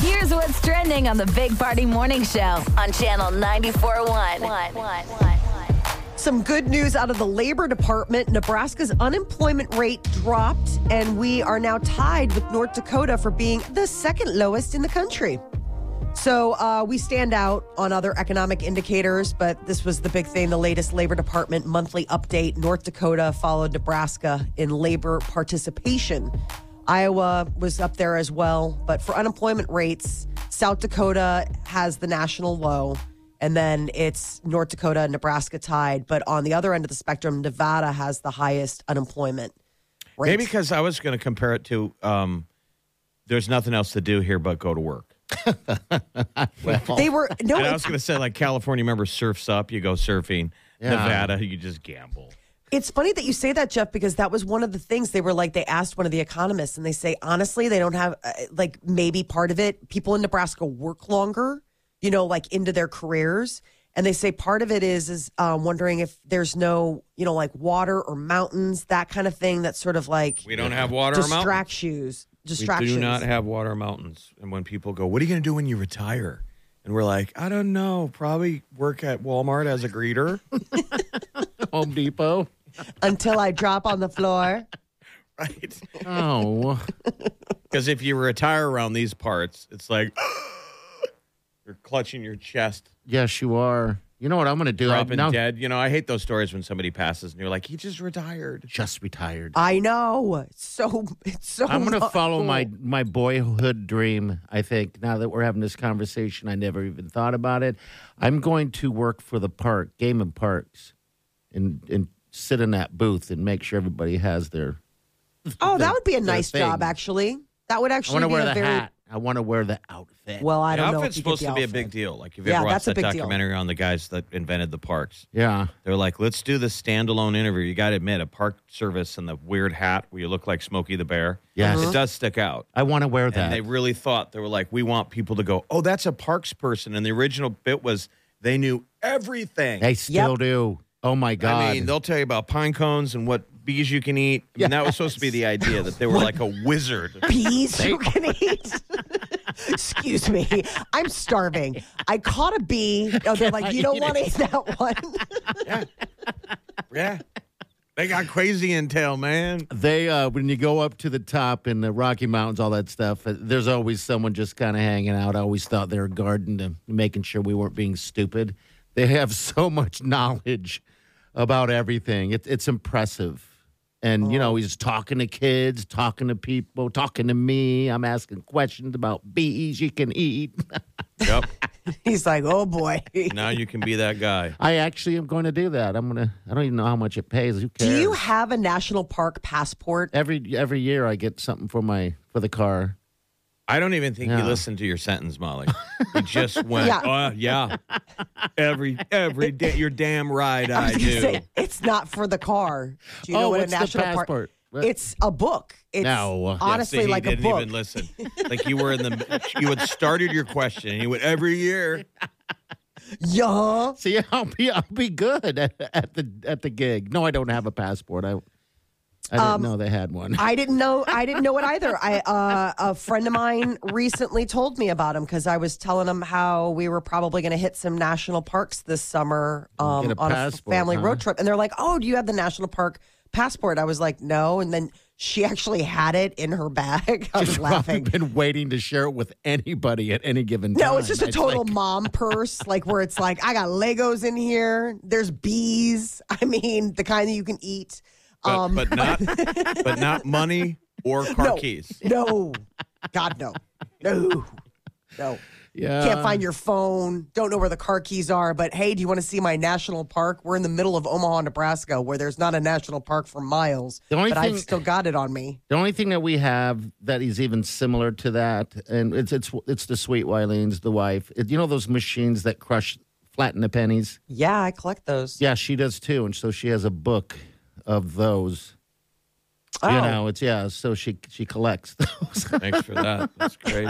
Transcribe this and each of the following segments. Here's what's trending on the Big Party Morning Show on Channel 94.1. Some good news out of the Labor Department. Nebraska's unemployment rate dropped, and we are now tied with North Dakota for being the second lowest in the country. So uh, we stand out on other economic indicators, but this was the big thing the latest Labor Department monthly update. North Dakota followed Nebraska in labor participation. Iowa was up there as well, but for unemployment rates, South Dakota has the national low, and then it's North Dakota and Nebraska tied. But on the other end of the spectrum, Nevada has the highest unemployment rate. Maybe because I was going to compare it to um, there's nothing else to do here but go to work. they were no. And I it- was going to say, like, California, remember, surfs up, you go surfing. Nevada, you just gamble. It's funny that you say that, Jeff, because that was one of the things they were like. They asked one of the economists, and they say honestly, they don't have uh, like maybe part of it. People in Nebraska work longer, you know, like into their careers, and they say part of it is is um, wondering if there's no, you know, like water or mountains, that kind of thing. That sort of like We don't have water or mountains. distracts you. We Distractions. do not have water or mountains. And when people go, What are you going to do when you retire? And we're like, I don't know. Probably work at Walmart as a greeter. Home Depot. until I drop on the floor. right. Oh, Because if you retire around these parts, it's like you're clutching your chest, yes, you are. You know what I'm going to do? I- dropping now dead. You know, I hate those stories when somebody passes and you're like, he just retired. just retired. I know. It's so it's so. I'm going to not follow cool. my my boyhood dream. I think now that we're having this conversation, I never even thought about it. I'm going to work for the park, Game and Parks, and and sit in that booth and make sure everybody has their. Oh, that the- would be a the nice job, thing. actually. That would I actually want to be wear a the very hat. I want to wear the outfit. well. I The don't know. outfit's if you get supposed to be a the big outfit. deal. Like, if you Yeah, ever that's watched a that big deal. documentary on the guys that invented the parks, yeah. they're like, let's do this standalone interview. You got to admit, a park service and the weird hat where you look like Smokey the Bear. Yes. It does stick out. I want to wear that. And they really thought they were like, we want people to go, oh, that's a parks person. And the original bit was they knew everything. They still Yep. do. Oh my god! I mean, they'll tell you about pine cones and what bees you can eat. I mean, that was supposed to be the idea that they were like a wizard. Bees you can eat. Excuse me, I'm starving. I caught a bee. Oh, they're like, you don't want to eat that one. yeah. They got crazy intel, man. they uh, when you go up to the top in the Rocky Mountains, all that stuff. uh, There's always someone just kind of hanging out. I always thought they were guarding to making sure we weren't being stupid. They have so much knowledge about everything. It, it's impressive. And you Oh. know, he's talking to kids, talking to people, talking to me. I'm asking questions about bees you can eat. Yep. He's like, oh boy. now you can be that guy. I actually am going to do that. I'm gonna. I don't even know how much it pays. Who cares? Do you have a national park passport? every every year I get something for my for the car. I don't even think you Yeah. listened to your sentence, Molly. You just went, Yeah. oh, yeah. Every, every day. You're damn right, I, was gonna do. say, it's not for the car. Do you know Oh, what what's a the national park? passport? What? It's a book. It's No. Yeah, see, honestly yeah, see, like he a didn't book. even listen. Like you were in the, you had started your question. And you went every year. yeah. See, I'll be I'll be good at, at the at the gig. No, I don't have a passport. I I didn't know they had one. Um, I didn't know. I didn't know it either. I uh, a friend of mine recently told me about him because I was telling him how we were probably going to hit some national parks this summer um, Get a on passport, a family huh? road trip, and they're like, "Oh, do you have the national park passport?" I was like, "No," and then she actually had it in her bag. I was Just probably laughing. been waiting to share it with anybody at any given time. No, it's just a total like, mom purse, like where it's like I got Legos in here. There's bees. I mean, the kind that you can eat. Um, But, but not, but not money or car keys. No, God no, no. No. Yeah. Can't find your phone. Don't know where the car keys are. But hey, do you want to see my national park? We're in the middle of Omaha, Nebraska, where there's not a national park for miles. The only but thing- I've still got it on me. The only thing that we have that is even similar to that, and it's it's it's the sweet Wileen's, the wife. It- you know those machines that crush, flatten the pennies. Yeah, I collect those. Yeah, she does too, and so she has a book of those. Oh. You know, it's yeah. So she she collects those. Thanks for that. That's great.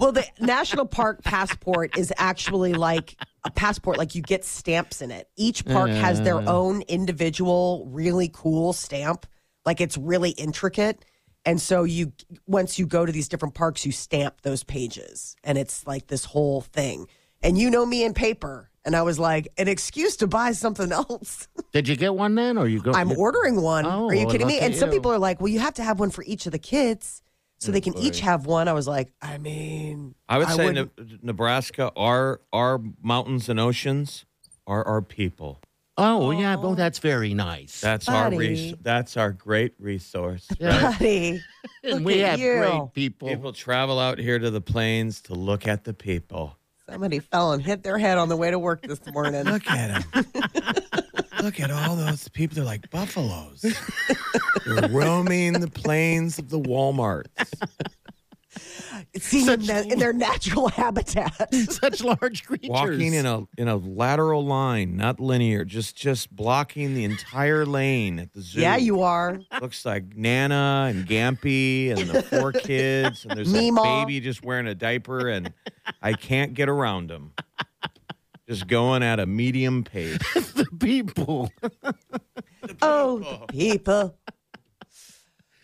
Well, the national park passport is actually like a passport, like you get stamps in it. Each park has their own individual, really cool stamp. Like it's really intricate. And so you, once you go to these different parks, you stamp those pages. And it's like this whole thing. And you know me in paper. And I was like, an excuse to buy something else. Did you get one then, or you go? I'm you- ordering one. Oh, are you kidding look me? at And some you. people are like, well, you have to have one for each of the kids so they can each have one. I was like, I mean, I would say wouldn't- Ne- Nebraska, our our mountains and oceans are our people. Oh yeah. Well, that's very nice. That's Buddy. our res- that's our great resource. Yeah. Buddy, and look we at have you. great people. People travel out here to the plains to look at the people. Somebody fell and hit their head on the way to work this morning. Look at them. Look at all those people. They're like buffaloes. They're roaming the plains of the Walmarts. Seeing them na- in their natural habitat. Such large creatures. Walking in a in a lateral line, not linear, just just blocking the entire lane at the zoo. yeah, you are. looks like Nana and Gampy and the four kids and there's a Meemaw. baby just wearing a diaper and I can't get around him. Just going at a medium pace. the people. Oh, the people.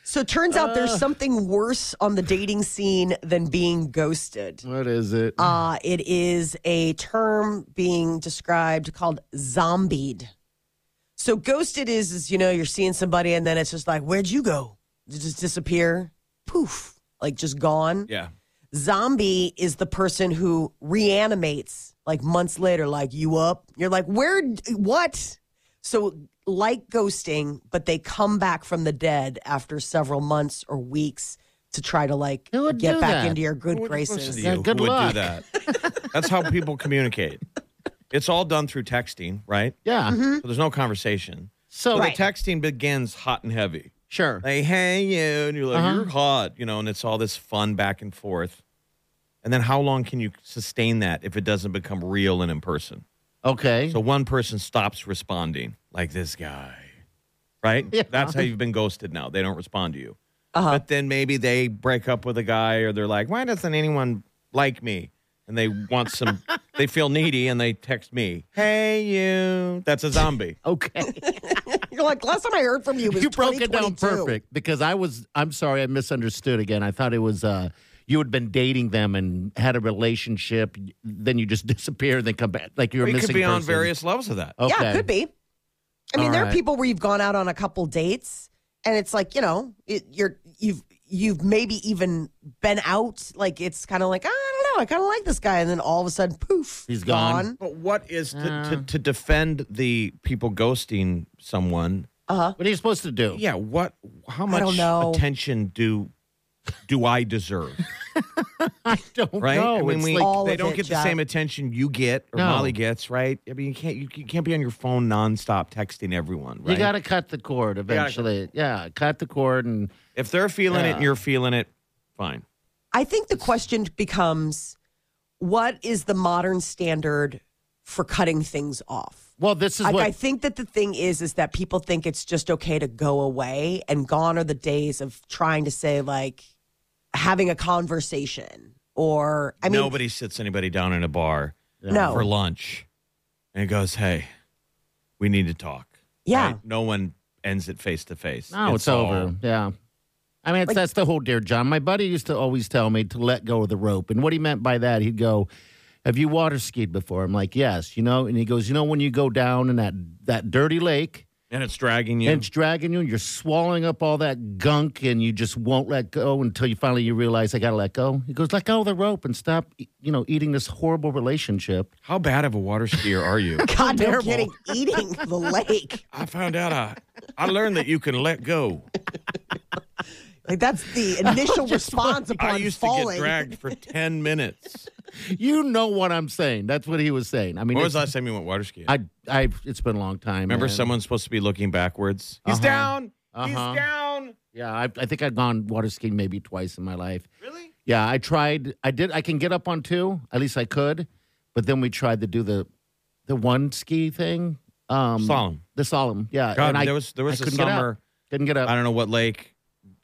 So turns out there's something worse on the dating scene than being ghosted. What is it? Uh, it is a term being described called zombied. So ghosted is, is, you know, you're seeing somebody and then it's just like, where'd you go? They just disappear. Poof. Like just gone. Yeah. Zombie is the person who reanimates like months later, like you up. You're like, where, what? So, like ghosting, but they come back from the dead after several months or weeks to try to like Who would get do back that? into your good Who would listen graces. to Yeah, you? good Who would luck. do that? That's how people communicate. It's all done through texting, right? yeah. mm-hmm. So there's no conversation. So So the texting begins hot and heavy. sure. Like, hey, you, and you're like, Uh-huh. you're hot, you know, and it's all this fun back and forth. And then how long can you sustain that if it doesn't become real and in person? Okay. So one person stops responding, like this guy, right? Yeah. That's how you've been ghosted now. They don't respond to you. Uh-huh. But then maybe they break up with a guy or they're like, why doesn't anyone like me? And they want some, they feel needy and they text me, hey, you. That's a zombie. okay. You're like, last time I heard from you was you broke it down 2022." perfect because I was. I'm sorry, I misunderstood again. I thought it was uh, you had been dating them and had a relationship. Then you just disappear and then come back like you're We missing. could be on person. various levels of that. Okay. Yeah, it could be. I mean, All there are right. people where you've gone out on a couple dates, and it's like you know, it, you're you've you've maybe even been out. Like it's kind of like "Ah, I don't know, I kind of like this guy, and then all of a sudden, poof, He's gone. But what is to, Oh. to, to defend the people ghosting someone? What are you supposed to do? Yeah, what? How I much don't know. attention do do I deserve? Don't Right? know. I mean, It's we- like- All they of don't it, get Jeff. the same attention you get or No. Molly gets, right? I mean, you can't you, you can't be on your phone nonstop texting everyone, right? you got to cut the cord cut- eventually. Yeah, cut the cord and if they're feeling it and you're feeling it, fine. I think the question becomes, what is the modern standard for cutting things off? well, this is Like, what I think that the thing is, is that people think it's just okay to go away, and gone are the days of trying to say like having a conversation or I mean, Nobody sits anybody down in a bar No. for lunch and goes, "Hey, we need to talk." Yeah. Right? No one ends it face to face. No, it's, all- over. Yeah. I mean, it's, that's the whole dear John. My buddy used to always tell me to let go of the rope. And what he meant by that, he'd go, Have you water skied before? I'm like, Yes, you know? And he goes, You know, when you go down in that, that dirty lake and it's dragging you. and it's dragging you and you're swallowing up all that gunk and you just won't let go until you finally you realize I got to let go. He goes, Let go of the rope and stop, e, you know, eating this horrible relationship. How bad of a water skier are you? God, no kidding. Eating the lake. I found out I, I learned that you can let go. Like that's the initial response upon I used falling. to get dragged for 10 minutes. You know what I'm saying. That's what he was saying. I mean, When was the it's- last time you went water skiing? I, I, it's been a long time. Remember, man. someone's supposed to be looking backwards. He's Uh-huh. down. Uh-huh. He's down. Yeah, I, I think I've gone water skiing maybe twice in my life. Really? Yeah, I tried. I did. I can get up on two. At least I could. But then we tried to do the, the one ski thing. Um, Solemn. The solemn. Yeah. God, and I, there was there was a I couldn't get up. summer. Couldn't get up. I don't know what lake,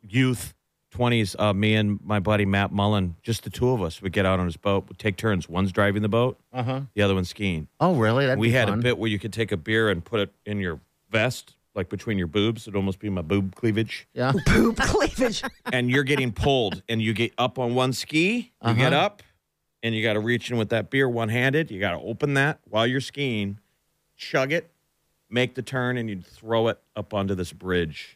youth, 20s, uh, me and my buddy Matt Mullen, just the two of us would get out on his boat, would take turns. One's driving the boat, Uh huh. the other one's skiing. Oh, really? That'd we be had fun. a bit where you could take a beer and put it in your vest, like between your boobs. It'd almost be my boob cleavage. Yeah. Poop cleavage. and you're getting pulled, and you get up on one ski, you get Uh-huh. up, and you got to reach in with that beer one handed. You got to open that while you're skiing, chug it, make the turn, and you'd throw it up onto this bridge.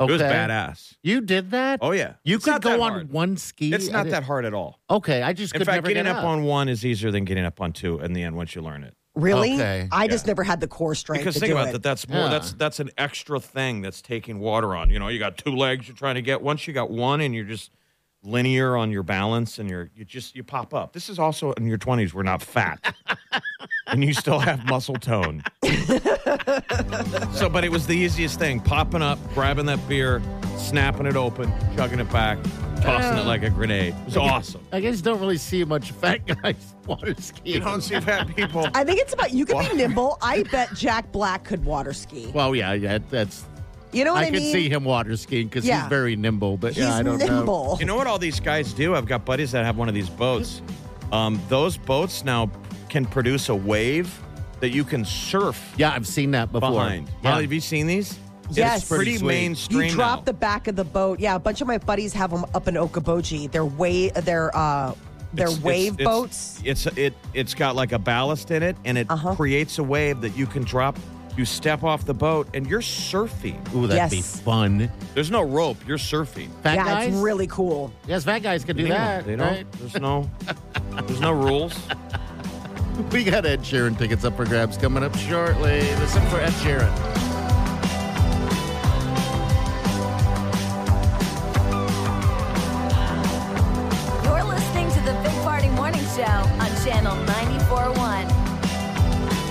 Okay. It was badass. You did that? Oh, yeah. You It's could not go that on hard. one ski. It's I not did- that hard at all. Okay, I just In could fact, never getting get up on one is easier than getting up on two in the end once you learn it. Really? Okay, I just never had the core strength Because to think do about it. that. That's more. Yeah. That's that's an extra thing that's taking water on. You know, you got two legs you're trying to get. Once you got one, and you're just linear on your balance, and you're you just you pop up. This is also in your twenties. We're not fat, and you still have muscle tone. so, but it was the easiest thing: popping up, grabbing that beer, snapping it open, chugging it back, tossing it like a grenade. It was awesome. I guess don't really see much fat guys water skiing. You don't see fat people. I think it's about you can Wow. be nimble. I bet Jack Black could water ski. Well, yeah, yeah, that's. You know what I, I could mean? see him water skiing because Yeah. he's very nimble, but He's yeah, I don't know. nimble. You know what all these guys do? I've got buddies that have one of these boats. Um, those boats now can produce a wave that you can surf Yeah, I've seen that before. behind. Yeah. Molly, have you seen these? Yes. It's pretty, Pretty sweet. mainstream. You drop now. the back of the boat. Yeah, a bunch of my buddies have them up in Okoboji. They're way they're uh they're It's- it's- wave it's- boats. It's it it's got like a ballast in it, and it Uh-huh. creates a wave that you can drop. You step off the boat, and you're surfing. Ooh, that'd be Yes. fun. There's no rope. You're surfing. Fat yeah, guys? it's really cool. Yes, fat guys could do that. they don't. right? There's no. There's no rules. We got Ed Sheeran tickets up for grabs coming up shortly. This is for Ed Sheeran. You're listening to the Big Party Morning Show on Channel 94.1.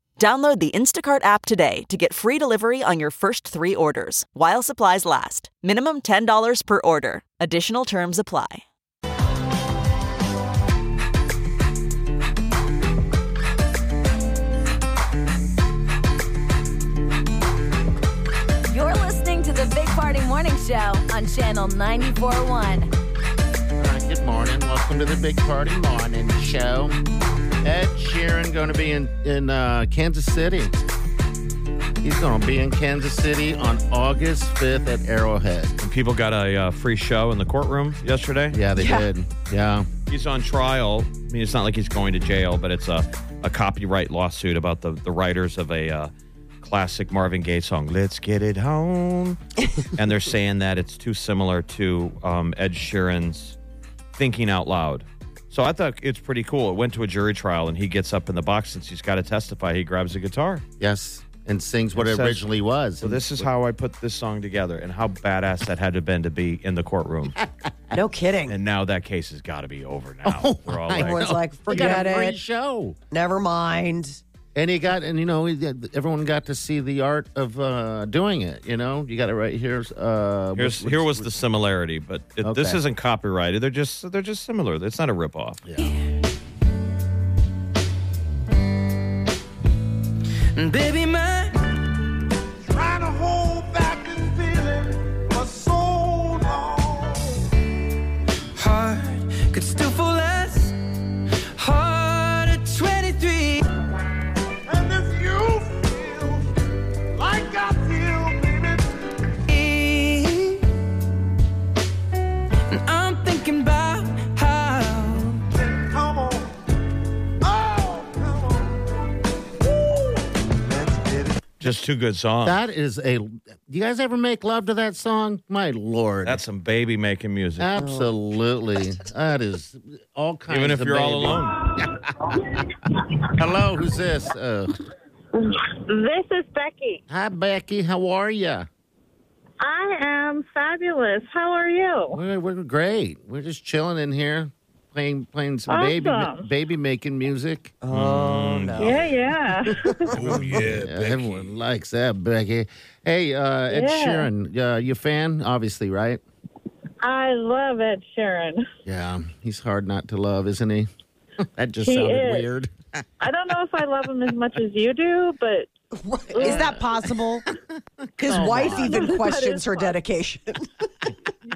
Download the Instacart app today to get free delivery on your first three orders while supplies last. Minimum $10 per order. Additional terms apply. You're listening to the Big Party Morning Show on Channel 94.1. All right, good morning. Welcome to the Big Party Morning Show. Ed Sheeran going to be in, in uh, Kansas City. He's going to be in Kansas City on August 5th at Arrowhead. People got a uh, free show in the courtroom yesterday. Yeah, they Yeah. did. Yeah. He's on trial. I mean, it's not like he's going to jail, but it's a, a copyright lawsuit about the, the writers of a uh, classic Marvin Gaye song, Let's Get It Home. and they're saying that it's too similar to um, Ed Sheeran's Thinking Out Loud. So I thought it's pretty cool. It went to a jury trial, and he gets up in the box since he's got to testify. He grabs a guitar. Yes. And sings what It it, says- originally was. So this is how I put this song together, and how badass that had to have been to be in the courtroom. No kidding. and now that case has got to be over. Now we're all I like, Everyone's know. like, We got "Forget a free it." show. Never mind. And he got, and you know, he, everyone got to see the art of uh, doing it. You know, you got it right here. Uh, Here's, which- here was the similarity, but it, this Okay. isn't copyrighted. They're just they're just similar. It's not a ripoff. Baby, my Trying to hold back this feeling for so long. heart could still fall less hard at 23. And if you feel like I feel, baby, And I'm thinking about Just two good songs. That is a. You guys ever make love to that song? My lord, That's some baby making Oh. music. absolutely. that is all kinds. Even if of you're all baby. alone. Hello, who's this? Uh, This is Becky. hi, Becky. How are you? I am fabulous. How are you? We're, we're great. We're just chilling in here, playing playing some baby Awesome. baby making music. Oh, no. Yeah, yeah. Oh, yeah. Yeah, everyone likes that, Becky. Hey, uh, Ed Yeah. Sheeran, uh, you a fan? Obviously, right? I love Ed Sheeran. Yeah, he's hard not to love, isn't he? that just He sounded is. weird. I don't know if I love him as much as you do, but Is that possible? His wife even questions her dedication.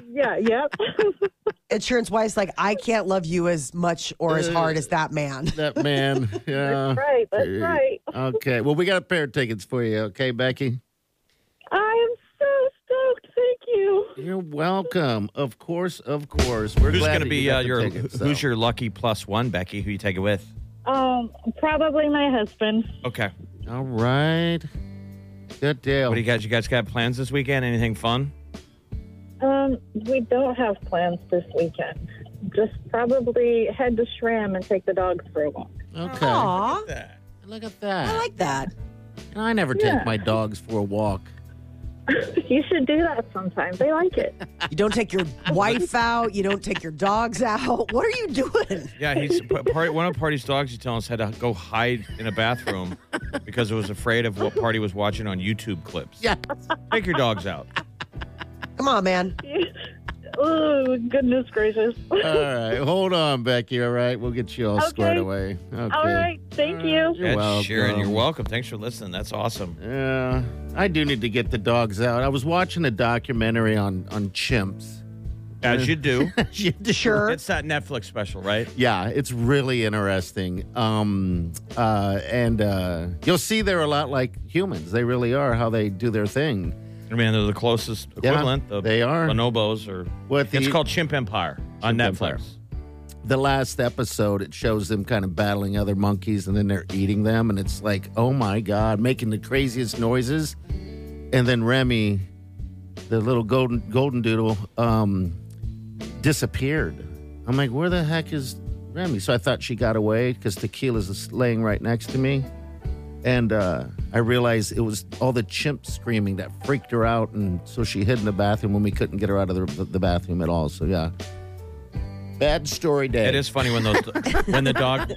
yeah, yep. Insurance wife's like, I can't love you as much or as hard as that man. That man. Yeah. right, that's Dude. right. Okay. Well, we got a pair of tickets for you. Okay, Becky. I am so stoked. Thank you. You're welcome. Of course, of course. We're Who's glad going to that be you got uh, the your tickets, who's though. your lucky plus one, Becky? Who you taking with? Um, probably my husband. Okay. All right. Good deal. What do you guys? You guys got plans this weekend? Anything fun? Um, we don't have plans this weekend. Just probably head to Shram and take the dogs for a walk. okay. Aw, Look at that. I like that. And I never Yeah. take my dogs for a walk. You should do that sometime. They like it. You don't take your wife out. You don't take your dogs out. What are you doing? Yeah, he's p- part, one of Party's dogs. He's telling us had to go hide in a bathroom because it was afraid of what Party was watching on YouTube clips. Yeah. Take your dogs out. Come on, man. oh, goodness gracious. All right. Hold on, Becky. All right. We'll get you all Okay. squared away. Okay. All right. Thank you. You're Ed welcome. Sheeran, you're welcome. Thanks for listening. That's awesome. Yeah, I do need to get the dogs out. I was watching a documentary on on chimps. As you do. Sure. It's that Netflix special, right? yeah, it's really interesting. Um, uh, and uh, you'll see they're a lot like humans. They really are how they do their thing. I mean, they're the closest equivalent. the they are. bonobos, or What the- it's called Chimp Empire on Chimp Netflix. Empire. The last episode, it shows them kind of battling other monkeys, and then they're eating them, and it's like, oh my god, making the craziest noises. And then Remy, the little golden golden doodle, um, disappeared. I'm like, where the heck is Remy? So I thought she got away because Tequila's just laying right next to me. And uh, I realized it was all the chimp screaming that freaked her out. And so she hid in the bathroom when we couldn't get her out of the, the bathroom at all. So, yeah. Bad story day. It is funny when those when the dog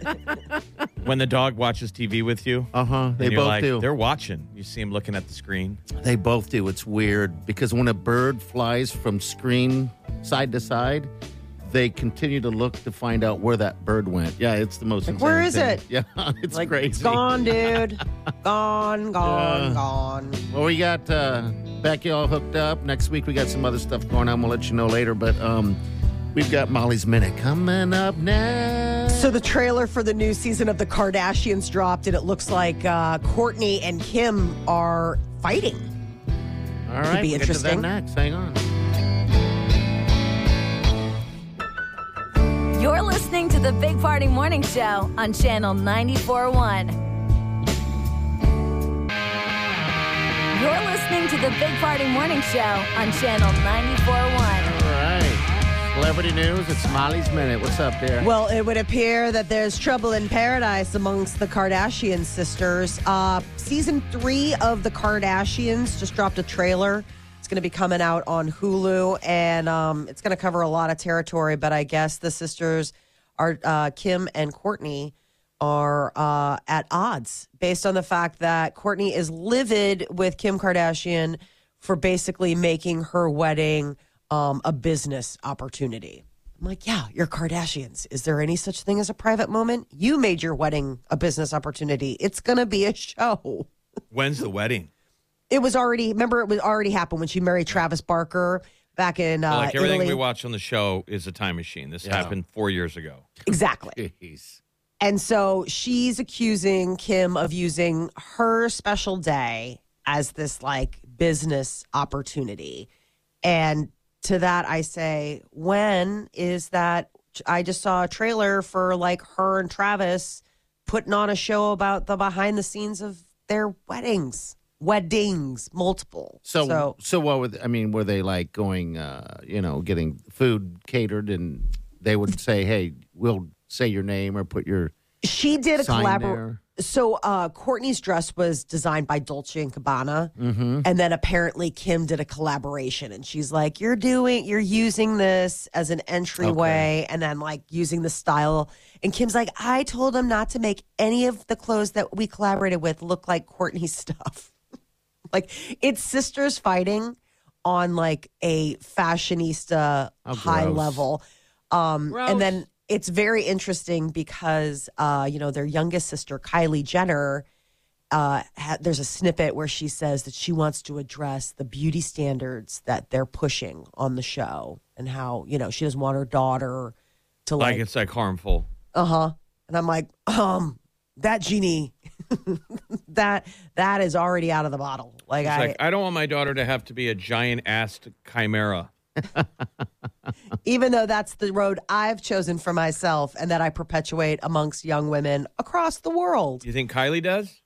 when the dog watches TV with you. Uh huh. They and you're both like, do. They're watching. You see him looking at the screen. They both do. It's weird because when a bird flies from screen side to side, they continue to look to find out where that bird went. Yeah, it's the most. Like, where insane is thing. Yeah, it's Like, crazy. it's gone, dude. Gone, gone, Yeah. gone. Well, we got uh, Becky all hooked up. Next week we got some other stuff going on. We'll let you know later. But um, we've got Molly's minute coming up next. So the trailer for the new season of The Kardashians dropped, and it looks like uh, Courtney and Kim are fighting. all right, be we'll get to that interesting. next. Hang on. You're listening to the Big Party Morning Show on Channel 94.1. You're listening to the Big Party Morning Show on Channel 94.1. All right, celebrity news. It's Molly's minute. What's up there? Well, it would appear that there's trouble in paradise amongst the Kardashian sisters. Uh, season three of The Kardashians just dropped a trailer. It's going to be coming out on Hulu, and um, it's going to cover a lot of territory. But I guess the sisters are uh, Kim and Courtney are uh, at odds based on the fact that Courtney is livid with Kim Kardashian for basically making her wedding um, a business opportunity. I'm like, yeah, you're Kardashians. Is there any such thing as a private moment? You made your wedding a business opportunity. It's going to be a show. When's the wedding? It was already, remember, it was already happened when she married Travis Barker back in uh, like everything Italy. we watch on the show is a time machine. This happened four years ago. exactly. Jeez. And so she's accusing Kim of using her special day as this like business opportunity. And to that, I say, when is that? I just saw a trailer for like her and Travis putting on a show about the behind the scenes of their weddings. weddings, multiple. So, so, what would I mean? Were they like going, uh, you know, getting food catered, and they would say, "Hey, we'll say your name or put your." She did a Sign collabor. there. So uh, Courtney's dress was designed by Dolce and Gabbana, and then apparently Kim did a collaboration, and she's like, "You're doing, you're using this as an entryway, and then like using the style." And Kim's like, "I told him not to make any of the clothes that we collaborated with look like Courtney's stuff." like it's sisters fighting on like a fashionista How high gross. level. Um, Gross. and then it's very interesting because uh, you know their youngest sister Kylie Jenner. Uh, ha- there's a snippet where she says that she wants to address the beauty standards that they're pushing on the show and how you know she doesn't want her daughter to Like like, it's like harmful. uh huh. And I'm like, um, that genie, that that is already out of the bottle. Like It's I, like I don't want my daughter to have to be a giant assed chimera. uh, even though that's the road I've chosen for myself and that I perpetuate amongst young women across the world. Do you think Kylie does?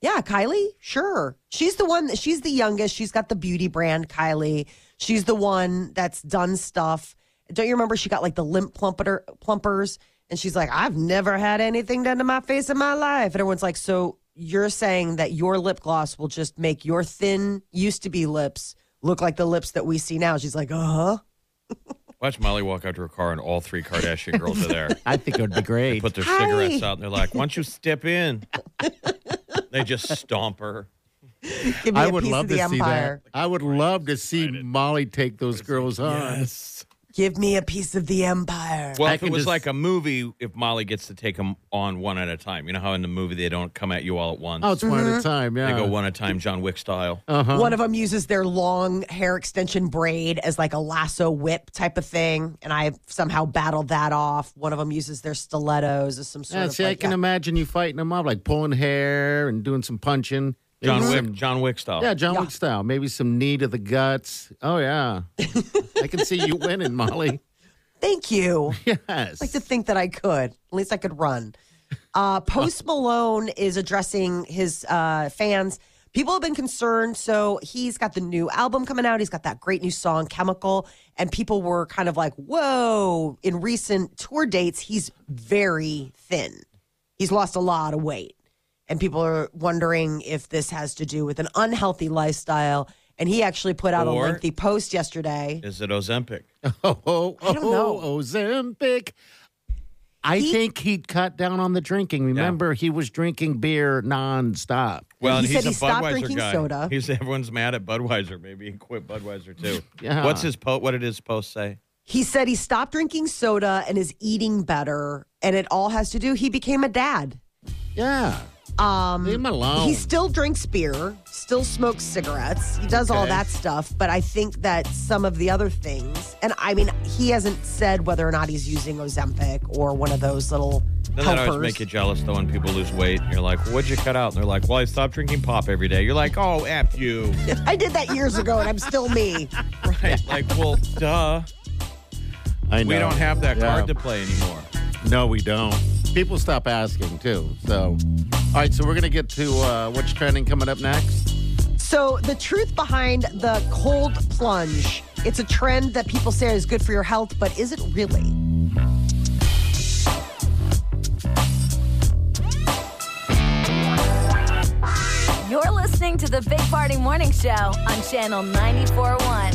Yeah, Kylie, sure. She's the one, she's the youngest. She's got the beauty brand, Kylie. She's the one that's done stuff. Don't you remember she got like the limp plumpeter, plumpers? And she's like, I've never had anything done to my face in my life. And everyone's like, So you're saying that your lip gloss will just make your thin, used to be lips look like the lips that we see now? She's like, Uh huh. Watch Molly walk out to her car, and all three Kardashian girls are there. I think it would be They great. put their Hi. cigarettes out, and they're like, "Why don't you step in?" they just stomp her. Give me I a would piece love of to the see empire. that. I would love to see Molly take those girls on. Give me a piece of the empire. Well, I if it can was just- like a movie, if Molly gets to take them on one at a time, you know how in the movie they don't come at you all at once. Oh, it's one Mm-hmm. at a time. Yeah. They go one at a time, John Wick style. One of them uses their long hair extension braid as like a lasso whip type of thing, and I somehow battled that off. One of them uses their stilettos as some sort Yeah, of see, I like can a- imagine you fighting them up, like pulling hair and doing some punching. Maybe John Wick, some- John Wick style. Yeah, John Yeah. Wick style. Maybe some knee to the guts. Oh, yeah. I can see you winning, Molly. Thank you. Yes. like to think that I could. At least I could run. Uh, Post Malone is addressing his uh, fans. People have been concerned. So he's got the new album coming out. He's got that great new song, Chemical. And people were kind of like, whoa. In recent tour dates, he's very thin. He's lost a lot of weight. And people are wondering if this has to do with an unhealthy lifestyle. And he actually put out Or- a lengthy post yesterday. Is it Ozempic? oh, oh, oh, I don't know. Ozempic. I He- think he cut down on the drinking. Remember, he was drinking beer nonstop. Well, He he's said a he stopped Budweiser drinking guy. soda. He's everyone's mad at Budweiser. Maybe he quit Budweiser too. Yeah. What's his post? What did his post say? He said he stopped drinking soda and is eating better, and it all has to do he became a dad. Yeah. Um, Leave him alone. He still drinks beer, still smokes cigarettes, he does all Okay. that stuff, but I think that some of the other things, and I mean, he hasn't said whether or not he's using Ozempic or one of those little Doesn't that always helpers. make you jealous though when people lose weight? And you're like, what'd you cut out? And they're like, well, I stopped drinking pop every day. You're like, oh, f you. I did that years ago, and I'm still me. right? Like, well, duh. I We know. don't have that Yeah. card to play anymore. No, we don't. People stop asking too. So, all right. So we're gonna get to uh, what's trending coming up next. So, the truth behind the cold plunge. It's a trend that people say is good for your health, but is it really? You're listening to the Big Party Morning Show on Channel 941.